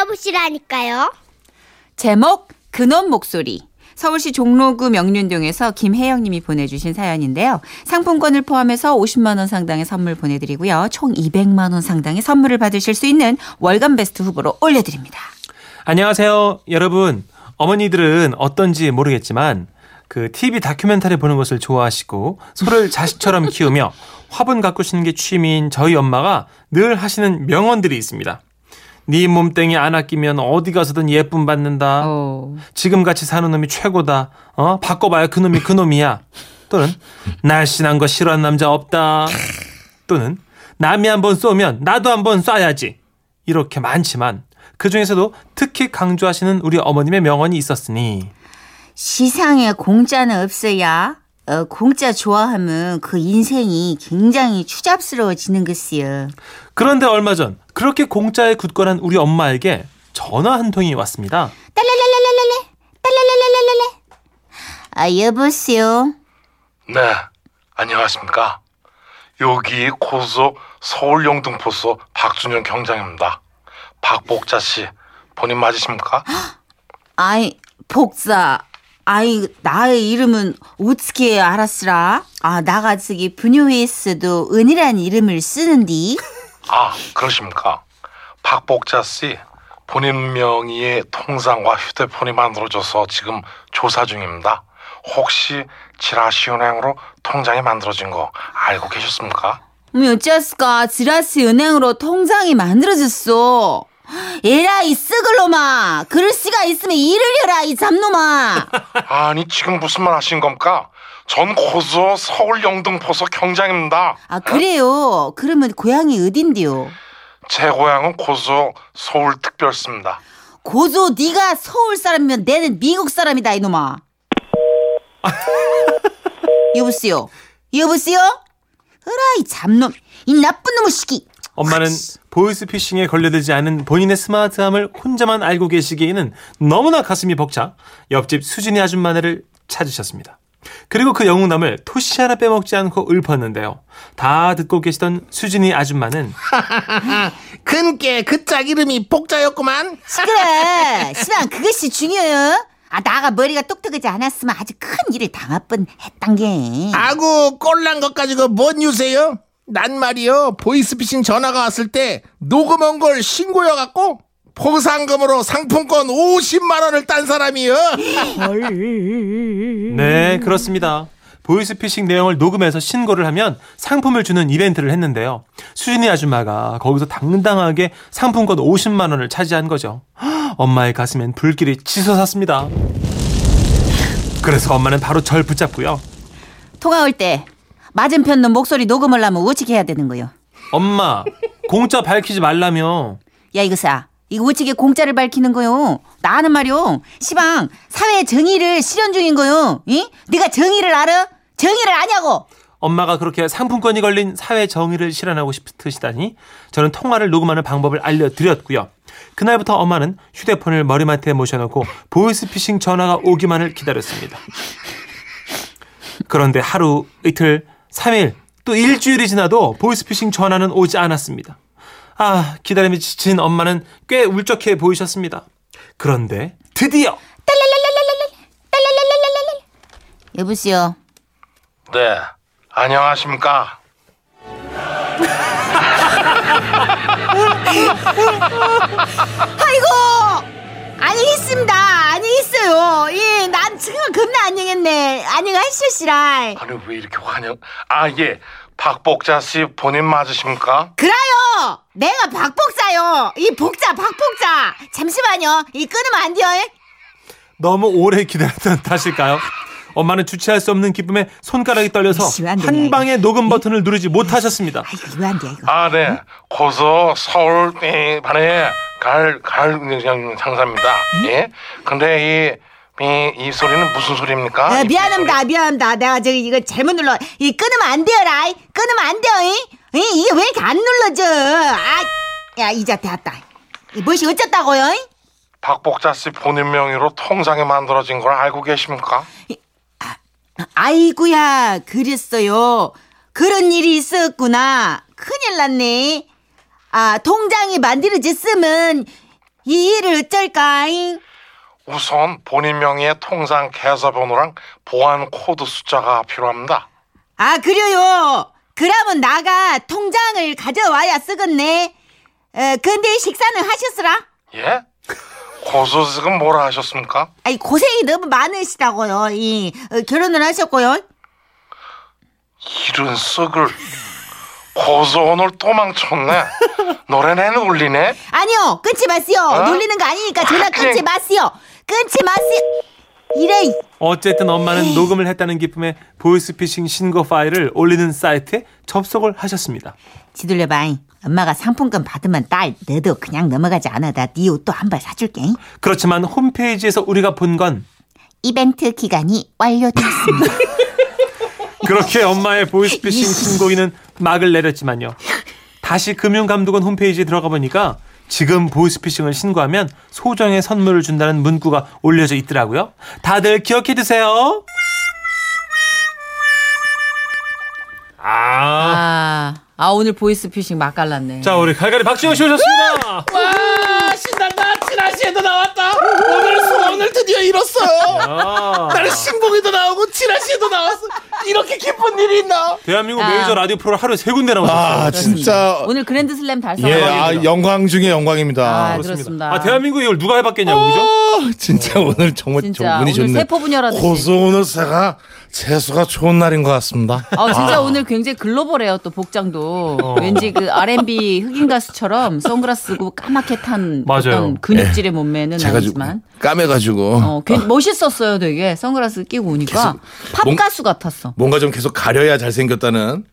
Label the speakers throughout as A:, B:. A: 찾아보시라니까요.
B: 제목 그놈 목소리 서울시 종로구 명륜동에서 김혜영 님이 보내주신 사연인데요. 상품권을 포함해서 50만 원 상당의 선물 보내드리고요. 총 200만 원 상당의 선물을 받으실 수 있는 월간 베스트 후보로 올려드립니다.
C: 안녕하세요, 여러분. 어머니들은 어떤지 모르겠지만 그 TV 다큐멘터리 보는 것을 좋아하시고 소를 자식처럼 키우며 화분 가꾸시는 게 취미인 저희 엄마가 늘 하시는 명언들이 있습니다. 네 몸땡이 안 아끼면 어디 가서든 예쁨 받는다. 지금 같이 사는 놈이 최고다. 어? 바꿔봐야 그놈이 그놈이야. 또는 날씬한 거 싫어하는 남자 없다. 또는 남이 한번 쏘면 나도 한번 쏴야지. 이렇게 많지만 그 중에서도 특히 강조하시는 우리 어머님의 명언이 있었으니
B: 시상에 공짜는 없어야. 어, 공짜 좋아하면 그 인생이 굉장히 추잡스러워지는 것이요.
C: 그런데 얼마 전 그렇게 공짜에 굳건한 우리 엄마에게 전화 한 통이 왔습니다.
B: 딸랄랄랄랄랄레, 딸랄랄랄랄레. 아 여보세요.
D: 네, 안녕하십니까. 여기 고속 서울 영등포소 박준영 경장입니다. 박복자 씨, 본인 맞으십니까?
B: 아이 복사. 아이 나의 이름은 어떻게 알았으라? 아 나가 저기 분유회에서도 은이란 이름을 쓰는디.
D: 아, 그러십니까. 박복자 씨, 본인 명의의 통장과 휴대폰이 만들어져서 지금 조사 중입니다. 혹시 지라시은행으로 통장이 만들어진 거 알고 계셨습니까?
B: 뭐 어째스까 지라시 은행으로 통장이 만들어졌어. 에라 이 쓰글놈아 그럴 씨가 있으면 일을 해라 이 잡놈아
D: 아니, 지금 무슨 말 하신 겁니까? 전 고소 서울 영등포소 경장입니다.
B: 아 그래요 그러면 고향이 어딘데요
D: 제 고향은 고소 서울특별시입니다.
B: 고조 네가 서울 사람이면 내는 미국 사람이다 이놈아 여보세요 여보세요 어라 이 잡놈 이 나쁜 놈의 시기
C: 엄마는 보이스피싱에 걸려들지 않은 본인의 스마트함을 혼자만 알고 계시기에는 너무나 가슴이 벅차 옆집 수진이 아줌마네를 찾으셨습니다. 그리고 그 영웅남을 토시 하나 빼먹지 않고 읊었는데요. 다 듣고 계시던 수진이 아줌마는
E: 근께 그짝 이름이 복자였구만.
B: 시끄러 시방 그것이 중요해요 아 나가 머리가 똑똑하지 않았으면 아주 큰 일을 당할 뻔 했단 게
E: 아구 꼴난 것 가지고 뭔 유세요? 난 말이요 보이스피싱 전화가 왔을 때 녹음한 걸 신고해갖고 포상금으로 상품권 50만 원을 딴 사람이요.
C: 네, 그렇습니다. 보이스피싱 내용을 녹음해서 신고를 하면 상품을 주는 이벤트를 했는데요. 수진이 아줌마가 거기서 당당하게 상품권 50만 원을 차지한 거죠. 헉, 엄마의 가슴엔 불길이 치솟았습니다. 그래서 엄마는 바로 절 붙잡고요.
B: 통화 올 때 맞은편 놈 목소리 녹음을 하면 어떻게 해야 되는 거요?
C: 엄마, 공짜 밝히지 말라며.
B: 야 이거사 이거 어떻게 공짜를 밝히는 거요? 나는 말요 시방 사회의 정의를 실현 중인 거요. 이? 네가 정의를 알아? 정의를 아냐고?
C: 엄마가 그렇게 상품권이 걸린 사회 정의를 실현하고 싶으시다니 저는 통화를 녹음하는 방법을 알려드렸고요. 그날부터 엄마는 휴대폰을 머리맡에 모셔놓고 보이스피싱 전화가 오기만을 기다렸습니다. 그런데 하루, 이틀, 삼일또 일주일이 지나도 보이스피싱 전화는 오지 않았습니다. 아, 기다림에 지친 엄마는 꽤 울적해 보이셨습니다. 그런데 드디어
B: 여보세요.
D: 네, 안녕하십니까.
B: 아이고 안녕히 있습니다. 안녕히 있어요. 예, 난 지금 겁나 안녕했네. 안녕하시오 씨라.
D: 아니 왜 이렇게 환영? 아 예, 박복자 씨 본인 맞으십니까?
B: 그래요. 내가 박복자요. 이 복자 박복자. 잠시만요. 이 끊으면 안 돼요. 예?
C: 너무 오래 기다렸던 탓일까요? 엄마는 주체할 수 없는 기쁨에 손가락이 떨려서
B: 이씨, 왜안 되냐,
C: 한
B: 이거.
C: 방에 녹음 버튼을 누르지 못하셨습니다.
B: 아이고 이거 안 돼. 이거.
D: 아 네, 고소 서울 이, 반에 갈갈 장사입니다.
B: 음?
D: 예, 근데 이, 이, 이 소리는 무슨 소리입니까?
B: 아,
D: 이
B: 미안합니다, 미안합니다. 내가 저기 이거 잘못 눌러. 이 끊으면 안 돼요, 라이. 끊으면 안 돼요, 이. 이, 이게 왜 이렇게 안 눌러져? 아, 야, 이자 되었다. 이 무엇이 어쨌다고요? 이?
D: 박복자 씨 본인 명의로 통장이 만들어진 걸 알고 계십니까?
B: 아이고야, 그랬어요. 그런 일이 있었구나. 큰일 났네. 아, 통장이 만들어졌으면 이 일을 어쩔까잉?
D: 우선 본인 명의의 통장 계좌 번호랑 보안 코드 숫자가 필요합니다.
B: 아, 그래요. 그러면 나가 통장을 가져와야 쓰겠네. 어, 근데 식사는 하셨으라?
D: 예? 고수 지금 뭐라 하셨습니까?
B: 아이 고생이 너무 많으시다고요. 이 어, 결혼을 하셨고요.
D: 이런 썩을 고수 오늘 또 망쳤네. 노래는 울리네.
B: 아니요, 끊지 마세요.
D: 어?
B: 놀리는 거 아니니까 전화
D: 아, 그래.
B: 끊지 마세요. 끊지 마세요. 이래.
C: 어쨌든 엄마는 녹음을 했다는 기쁨에 보이스피싱 신고 파일을 올리는 사이트에 접속을 하셨습니다.
B: 지돌려봐잉. 엄마가 상품권 받으면 딸 너도 그냥 넘어가지 않아. 나 네 옷도 한 벌 사줄게.
C: 그렇지만 홈페이지에서 우리가 본 건
B: 이벤트 기간이 완료됐습니다.
C: 그렇게 엄마의 보이스피싱 신고인은 막을 내렸지만요. 다시 금융감독원 홈페이지에 들어가 보니까 지금 보이스피싱을 신고하면 소정의 선물을 준다는 문구가 올려져 있더라고요. 다들 기억해 두세요. 아.
A: 아, 아 오늘 보이스피싱 막 갈랐네.
C: 자, 우리 갈갈이 박지영 씨 오셨습니다.
E: 와 신난다 지라시에도 나왔다 오늘 소원을 드디어 이뤘어요
C: 아,
E: 나는 신봉에도 나오고 지라시에도 나왔어 이렇게 기쁜 일이 있나
C: 대한민국
A: 아.
C: 메이저 라디오 프로 하루에 세 군데 나오셨어요.
F: 아 진짜
A: 오늘 그랜드슬램 달성.
F: 예, 아, 영광 중에 영광입니다.
A: 아,
F: 아,
A: 그렇습니다.
C: 아, 대한민국 이걸 누가 해봤겠냐고, 그죠?
F: 진짜 오늘 정말
A: 진짜 오늘
F: 분이 좋네.
A: 세포 분열하듯이.
F: 고소 오늘 새가 재수가 좋은 날인 것 같습니다.
A: 아, 진짜 오늘 굉장히 글로벌해요. 또 복장도
C: 어.
A: 왠지 그 R&B 흑인 가수처럼 선글라스 쓰고 까맣게 탄
C: 맞아요. 예.
A: 어떤 근육질의 몸매는
E: 제가 좀
A: 아니지만
E: 까매가지고
A: 어, 괜- 멋있었어요. 되게 선글라스 끼고 오니까 팝
F: 뭔-
A: 가수 같았어.
F: 뭔가 좀 계속 가려야 잘생겼다는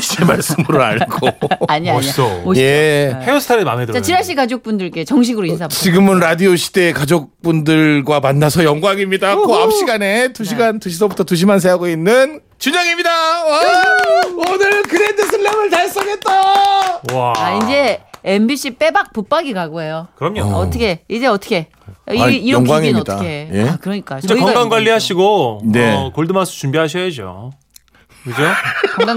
F: 씨의 말씀으로 알고.
A: 아니 아니.
C: 멋있어.
F: 예.
A: 네.
C: 헤어스타일이 마음에 들어요.
A: 자 지라 씨 가족분들께 정식으로 인사. 부탁드립니다.
F: 지금은 라디오 시대의 가족분들과 만나서 영광입니다. 그 9시간에
A: 네.
F: 2시간, 2시서부터 2시만 세하고 있는 준영입니다. 와!
E: 오늘 그랜드 슬램을 달성했다
C: 와.
A: 아 이제 MBC 빼박 붙박이 가고예요.
C: 그럼요.
A: 어. 떻게 이제 어떻게 이, 이런
F: 아이,
A: 기긴
F: 영광입니다.
A: 어떻게?
F: 예?
A: 아 그러니까
C: 진짜
A: 저희가
C: 건강 관리하시고
F: 네.
C: 어, 골드마스 준비하셔야죠. 그죠?
A: 건강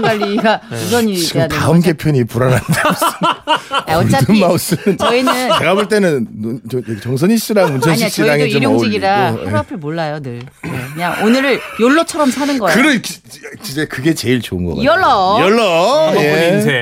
A: 관리가
C: 네.
A: 우선이 돼야
F: 지금
A: 되는
F: 다음
A: 거죠.
F: 개편이 불안한데.
A: 아, 어차피
F: 마우스는
A: 저희는
F: 제가 볼 때는 눈- 저- 정선희 씨랑
A: 아니야
F: 문천식 씨랑
A: 저희도
F: 좀
A: 일용직이라
F: 어울리고. 예.
A: 하루 앞을 몰라요 늘. 네, 그냥 오늘을 욜로처럼 사는 거예요.
F: 그래 기- 진짜 그게 제일 좋은 거 같아요.
A: 욜로.
F: 열러.
C: 한번 본
F: 예.
C: 인생.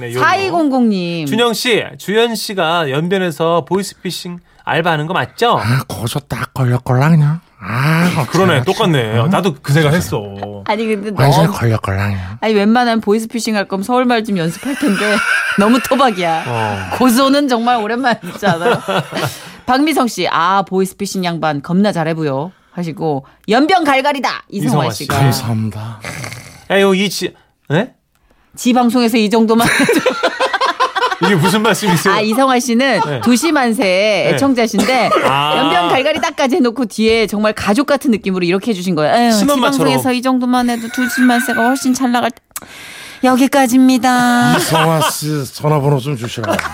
C: 네, 요거.
A: 4200님.
C: 준영 씨, 주현 씨가 연변에서 보이스피싱 알바하는 거 맞죠?
F: 아, 거기서 딱 걸렸걸라 그냥. 아,
E: 어?
C: 그러네, 똑같네. 나도 그 생각했어.
A: 아니 근데
F: 완전
A: 너무
F: 걸렸걸라 그냥.
A: 아니 웬만하면 보이스피싱 할 거면 서울말 좀 연습할 텐데 너무
C: 어.
A: 토박이야. 고소는 정말 오랜만이지 않아요? 박미성 씨, 아 보이스피싱 양반 겁나 잘해보여 하시고 연병 갈갈이다 이성화
C: 이성화
A: 씨가
F: 감사합니다.
A: 아,
C: 야, 요이 지, 예?
A: 지 방송에서 이 정도만
C: 이게 무슨 말씀이세요?
A: 아 이성화 씨는
C: 네.
A: 도시만세 애청자신데
C: 아.
A: 연병 갈갈이 딱까지 해놓고 뒤에 정말 가족 같은 느낌으로 이렇게 해주신 거예요. 에휴, 지
C: 신혼마처럼.
A: 방송에서 이 정도만 해도 도시만세가 훨씬 잘 나갈 때 여기까지입니다.
F: 이성화 씨 전화번호 좀 주시라고.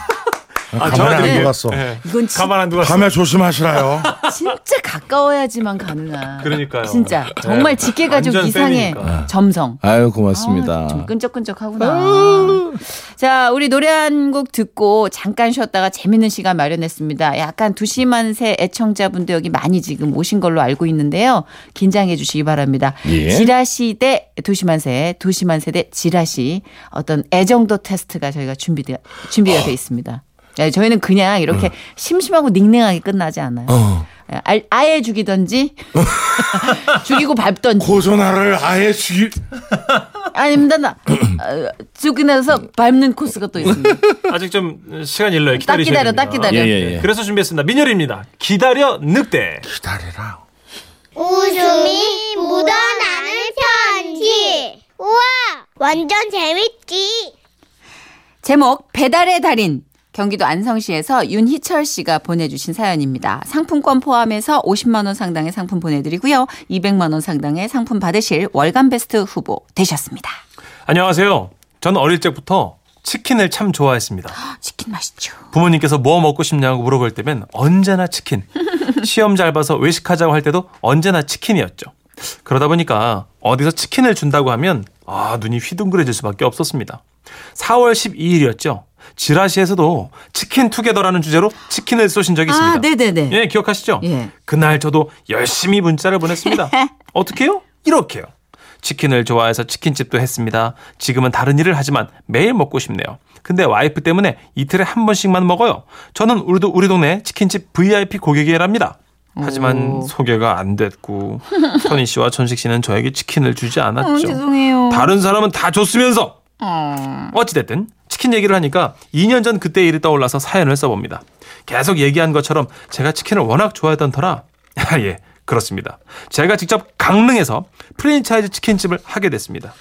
C: 아,
F: 가만히
C: 전화
F: 안
C: 드릴게요.
F: 들어갔어.
C: 예.
A: 이건 진-
C: 가만 안 두었어.
F: 밤에 조심하시라요.
A: 진짜 가까워야지만 가능한.
C: 그러니까요.
A: 진짜
C: 네.
A: 정말 직계 가족
C: 완전
A: 이상의
C: 팬이니까.
A: 점성.
E: 아유
A: 아, 좀 끈적끈적하구나. 자, 우리 노래 한 곡 듣고 잠깐 쉬었다가 재밌는 시간 마련했습니다. 약간 두심한새 애청자분도 여기 많이 지금 오신 걸로 알고 있는데요. 긴장해 주시기 바랍니다.
F: 예.
A: 지라시 대 두심한새, 두심한새 대 지라시 어떤 애정도 테스트가 저희가 준비 준비가 돼 있습니다. 네, 저희는 그냥 이렇게 심심하고 닝닝하게 끝나지 않아요. 알- 아예 죽이던지 죽이고 밟던지
F: 고전화를 아예 죽일.
A: 아닙니다. 나 어, 죽으면서 밟는 코스가 또 있습니다.
C: 아직 좀 시간 일러요.
A: 딱
C: 기다리세요.
A: 기다려, 딱 기다려.
F: 예, 예, 예.
C: 그래서 준비했습니다. 민열입니다. 기다려 늑대.
F: 기다리라.
G: 웃음이 묻어나는 편지. 우와, 완전 재밌지.
B: 제목 배달의 달인 경기도 안성시에서 윤희철 씨가 보내주신 사연입니다. 상품권 포함해서 50만 원 상당의 상품 보내드리고요. 200만 원 상당의 상품 받으실 월간 베스트 후보 되셨습니다.
C: 안녕하세요. 전 어릴 적부터 치킨을 참 좋아했습니다.
B: 치킨 맛있죠.
C: 부모님께서 뭐 먹고 싶냐고 물어볼 때면 언제나 치킨. 시험 잘 봐서 외식하자고 할 때도 언제나 치킨이었죠. 그러다 보니까 어디서 치킨을 준다고 하면 아, 눈이 휘둥그레질 수밖에 없었습니다. 4월 12일이었죠. 지라시에서도 치킨 투게더라는 주제로 치킨을 쏘신 적이 있습니다.
B: 아, 네네네.
C: 예, 기억하시죠?
B: 예.
C: 그날 저도 열심히 문자를 보냈습니다. 어떻게요? 이렇게요. 치킨을 좋아해서 치킨집도 했습니다. 지금은 다른 일을 하지만 매일 먹고 싶네요. 근데 와이프 때문에 이틀에 한 번씩만 먹어요. 저는 우리도 우리 동네 치킨집 VIP 고객이랍니다. 하지만 소개가 안 됐고 선희 씨와 천식 씨는 저에게 치킨을 주지 않았죠.
B: 어, 죄송해요.
C: 다른 사람은 다 줬으면서 어찌됐든 치킨 얘기를 하니까 2년 전 그때 일이 떠올라서 사연을 써봅니다. 계속 얘기한 것처럼 제가 치킨을 워낙 좋아했던 터라 아, 예 그렇습니다. 제가 직접 강릉에서 프랜차이즈 치킨집을 하게 됐습니다.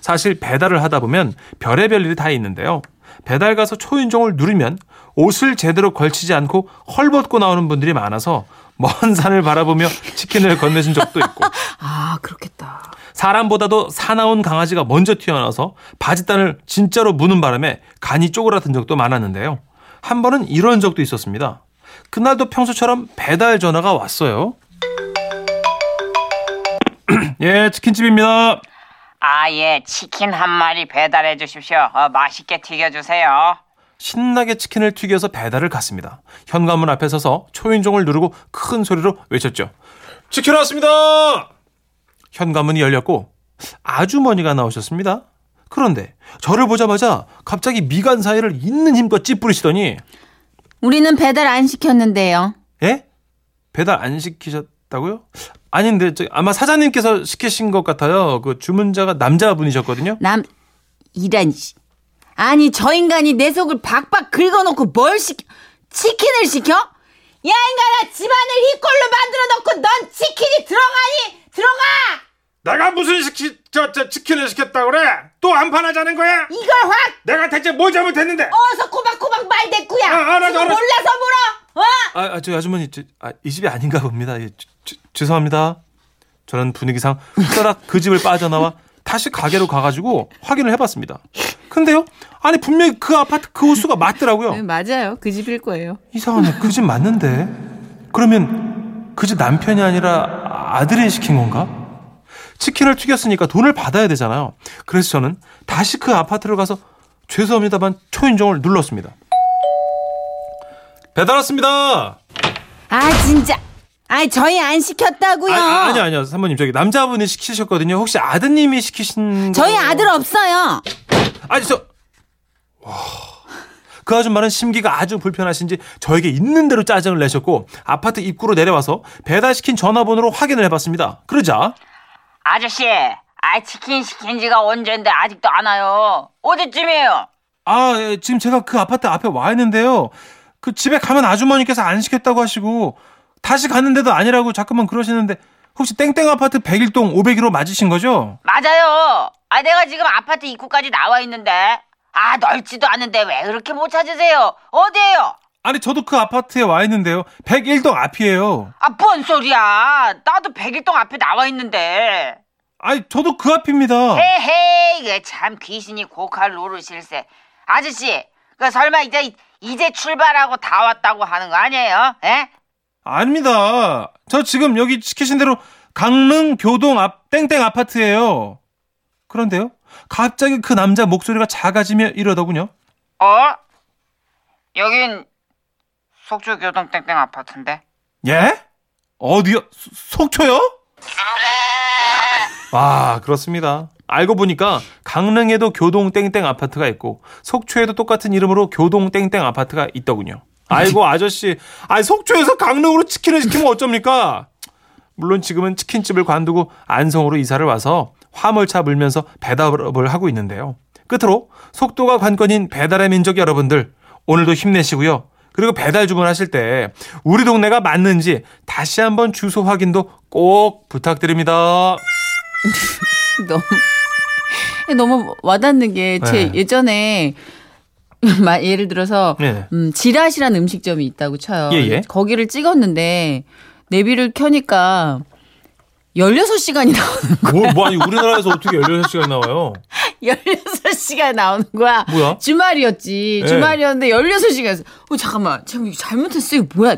C: 사실 배달을 하다 보면 별의별 일이 다 있는데요. 배달 가서 초인종을 누르면 옷을 제대로 걸치지 않고 헐벗고 나오는 분들이 많아서 먼 산을 바라보며 치킨을 건네준 적도 있고
B: 아, 그렇겠다.
C: 사람보다도 사나운 강아지가 먼저 튀어나와서 바짓단을 진짜로 무는 바람에 간이 쪼그라든 적도 많았는데요. 한 번은 이런 적도 있었습니다. 그날도 평소처럼 배달 전화가 왔어요. 예, 치킨집입니다.
H: 아, 예. 치킨 한 마리 배달해 주십시오. 어, 맛있게 튀겨주세요.
C: 신나게 치킨을 튀겨서 배달을 갔습니다. 현관문 앞에 서서 초인종을 누르고 큰 소리로 외쳤죠. 치킨 왔습니다! 현관문이 열렸고 아주머니가 나오셨습니다. 그런데 저를 보자마자 갑자기 미간 사이를 있는 힘껏 찌푸리시더니
B: 우리는 배달 안 시켰는데요.
C: 예? 배달 안 시키셨다고요? 아닌데 저 아마 사장님께서 시키신 것 같아요. 그 주문자가 남자분이셨거든요.
B: 남 이란 씨. 아니 저 인간이 내 속을 박박 긁어놓고 뭘 시켜? 치킨을 시켜? 야 인간아 집안을 이꼴로 만들어놓고 넌 치킨이 들어가니 들어가!
F: 내가 무슨 시키, 저, 저 치킨을 시켰다 그래? 또 안판 하자는 거야?
B: 이걸 확
F: 내가 대체 뭘 잘못했는데?
B: 어서 꼬박꼬박 말 대꾸야.
F: 아, 알았어,
B: 지금
F: 알았어.
B: 몰라서 물어. 어?
C: 아, 아, 저 아주머니 저, 아, 이 집이 아닌가 봅니다. 예, 주- 주- 죄송합니다. 저는 분위기상 후다닥 그 집을 빠져나와 다시 가게로 가가지고 확인을 해봤습니다. 근데요, 아니 분명히 그 아파트 그 호수가
A: 네,
C: 맞더라고요.
B: 맞아요 그 집일 거예요.
C: 이상하네. 그 집 맞는데. 그러면 그 집 남편이 아니라 아들이 시킨 건가? 치킨을 튀겼으니까 돈을 받아야 되잖아요. 그래서 저는 다시 그 아파트로 가서 죄송합니다만 초인종을 눌렀습니다. 배달 왔습니다.
B: 아 진짜. 아니 저희 안 시켰다고요.
C: 아, 아, 아니요, 아니요. 사모님 저기 남자분이 시키셨거든요. 혹시 아드님이 시키신
B: 저희
C: 거-
B: 아들 없어요.
C: 아니 저. 와. 그 아줌마는 심기가 아주 불편하신지 저에게 있는 대로 짜증을 내셨고 아파트 입구로 내려와서 배달시킨 전화번호로 확인을 해봤습니다. 그러자
H: 아저씨, 아, 치킨 시킨 지가 언젠데 아직도 안 와요. 어제쯤이에요.
C: 아 예, 지금 제가 그 아파트 앞에 와 있는데요. 그 집에 가면 아주머니께서 안 시켰다고 하시고 다시 갔는데도 아니라고 자꾸만 그러시는데 혹시 땡땡 아파트 101동 501호 맞으신 거죠?
H: 맞아요. 아, 내가 지금 아파트 입구까지 나와 있는데. 아, 넓지도 않은데 왜 그렇게 못 찾으세요? 어디에요?
C: 아니 저도 그 아파트에 와 있는데요. 101동 앞이에요.
H: 아, 뭔 소리야. 나도 백일동 앞에 나와 있는데.
C: 아니 저도 그 앞입니다.
H: 헤헤이, 이게 참 귀신이 고칼 노르실세. 아저씨, 그 설마 이제, 이제 출발하고 다 왔다고 하는 거 아니에요? 예? 에?
C: 아닙니다. 저 지금 여기 시키신 대로 강릉 교동 앞 땡땡 아파트예요. 그런데요. 갑자기 그 남자 목소리가 작아지며 이러더군요.
H: 어? 여긴 속초교동 땡땡 아파트인데?
C: 예? 어디요? 소- 속초요? 와, 그렇습니다. 알고 보니까 강릉에도 교동 땡땡 아파트가 있고 속초에도 똑같은 이름으로 교동 땡땡 아파트가 있더군요. 아이고 아저씨, 아 속초에서 강릉으로 치킨을 시키면 어쩝니까? 물론 지금은 치킨집을 관두고 안성으로 이사를 와서 화물차 물면서 배달업을 하고 있는데요. 끝으로 속도가 관건인 배달의 민족 여러분들 오늘도 힘내시고요. 그리고 배달 주문하실 때 우리 동네가 맞는지 다시 한번 주소 확인도 꼭 부탁드립니다.
A: 너무 너무 와닿는 게 제
C: 네.
A: 예전에 마- 예를 들어서
C: 네.
A: 음, 지라시라는 음식점이 있다고 쳐요.
C: 예, 예.
A: 거기를 찍었는데 내비를 켜니까 16시간이 나오는
C: 뭐, 뭐 아니 우리나라에서 어떻게 16시간 나와요?
A: 16시간 나오는 거야.
C: 뭐야?
A: 주말이었지.
C: 예.
A: 주말이었는데 16시간. 어, 잠깐만. 잠깐 이거 잘못했어. 이거 뭐야?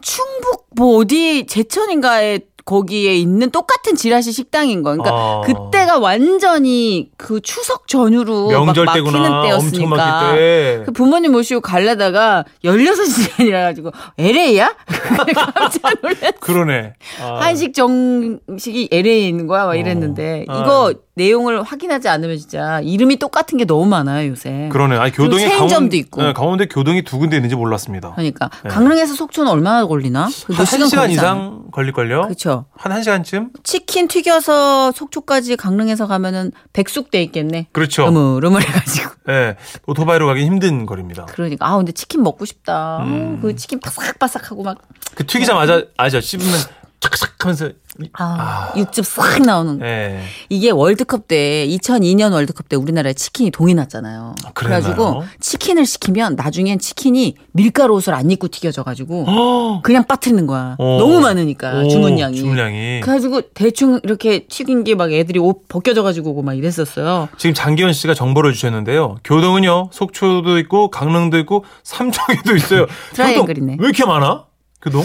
A: 충북 뭐 어디 제천인가에 거기에 있는 똑같은 지라시 식당인 거예요. 그러니까
C: 아.
A: 그때가 완전히 그 추석 전후로
C: 명절
A: 막 막히는
C: 때구나. 엄청
A: 때였으니까.
C: 막힐 때. 예.
A: 그 부모님 모시고 가려다가 16시간이라 가지고 LA야? 깜짝 놀랐어.
C: 그러네. 아.
A: 한식 정식이 LA에 있는 거야? 막 이랬는데
C: 아.
A: 이거 내용을 확인하지 않으면 진짜 이름이 똑같은 게 너무 많아요, 요새.
C: 그러네. 아니,
A: 그리고
C: 교동에
A: 체인점도
C: 강원,
A: 있고.
C: 네, 강원도에 교동이 두 군데 있는지 몰랐습니다.
A: 그러니까
C: 네.
A: 강릉에서 속초는 얼마나 걸리나? 그몇
C: 한 시간,
A: 걸리지 않아요?
C: 이상 걸릴걸요?
A: 그쵸.
C: 한 1시간쯤?
A: 치킨 튀겨서 속초까지 강릉에서 가면은 백숙돼 있겠네.
C: 그렇죠.
A: 러물러물해가지고.
C: 예. 오토바이로 가긴 힘든 거리입니다.
A: 그러니까 아 근데 치킨 먹고 싶다. 아우,
C: 음.
A: 그 치킨 바삭바삭하고 막
C: 그 튀기자마자, 아죠. 씹으면 착착 하면서. 이-
A: 아, 육즙 싹 나오는. 거.
C: 예.
A: 이게 월드컵 때 2002년 월드컵 때 우리나라에 치킨이 동이 났잖아요.
C: 아, 그랬나요?
A: 그래가지고 치킨을 시키면 나중엔 치킨이 밀가루 옷을 안 입고 튀겨져가지고
C: 어.
A: 그냥 빠트리는 거야.
C: 어.
A: 너무 많으니까
C: 오,
A: 그러니까 주문량이.
C: 주문량이.
A: 그래가지고 대충 이렇게 튀긴 게 막 애들이 옷 벗겨져가지고 오고 막 이랬었어요.
C: 지금 장기현 씨가 정보를 주셨는데요. 교동은요, 속초도 있고, 강릉도 있고, 삼척에도 있어요.
A: 트라이앵글이네.
C: 교동 왜 이렇게 많아? 교동?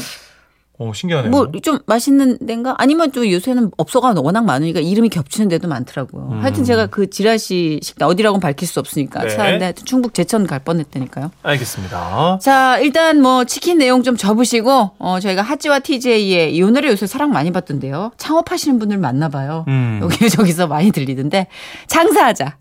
C: 어, 신기하네요.
A: 뭐 좀 맛있는 데인가? 아니면 또 요새는 업소가 워낙 많으니까 이름이 겹치는 데도 많더라고요. 하여튼 제가 그 지라시 식당 어디라고는 밝힐 수 없으니까
C: 음. 네.
A: 차안데 하여튼 충북 제천 갈 뻔했다니까요.
C: 알겠습니다.
A: 자 일단 뭐 치킨 내용 좀 접으시고 어, 저희가 하찌와 TJ의 이 노래 요새 사랑 많이 받던데요. 창업하시는 분들 많나 봐요.
C: 음.
A: 여기 저기서 많이 들리던데 장사하자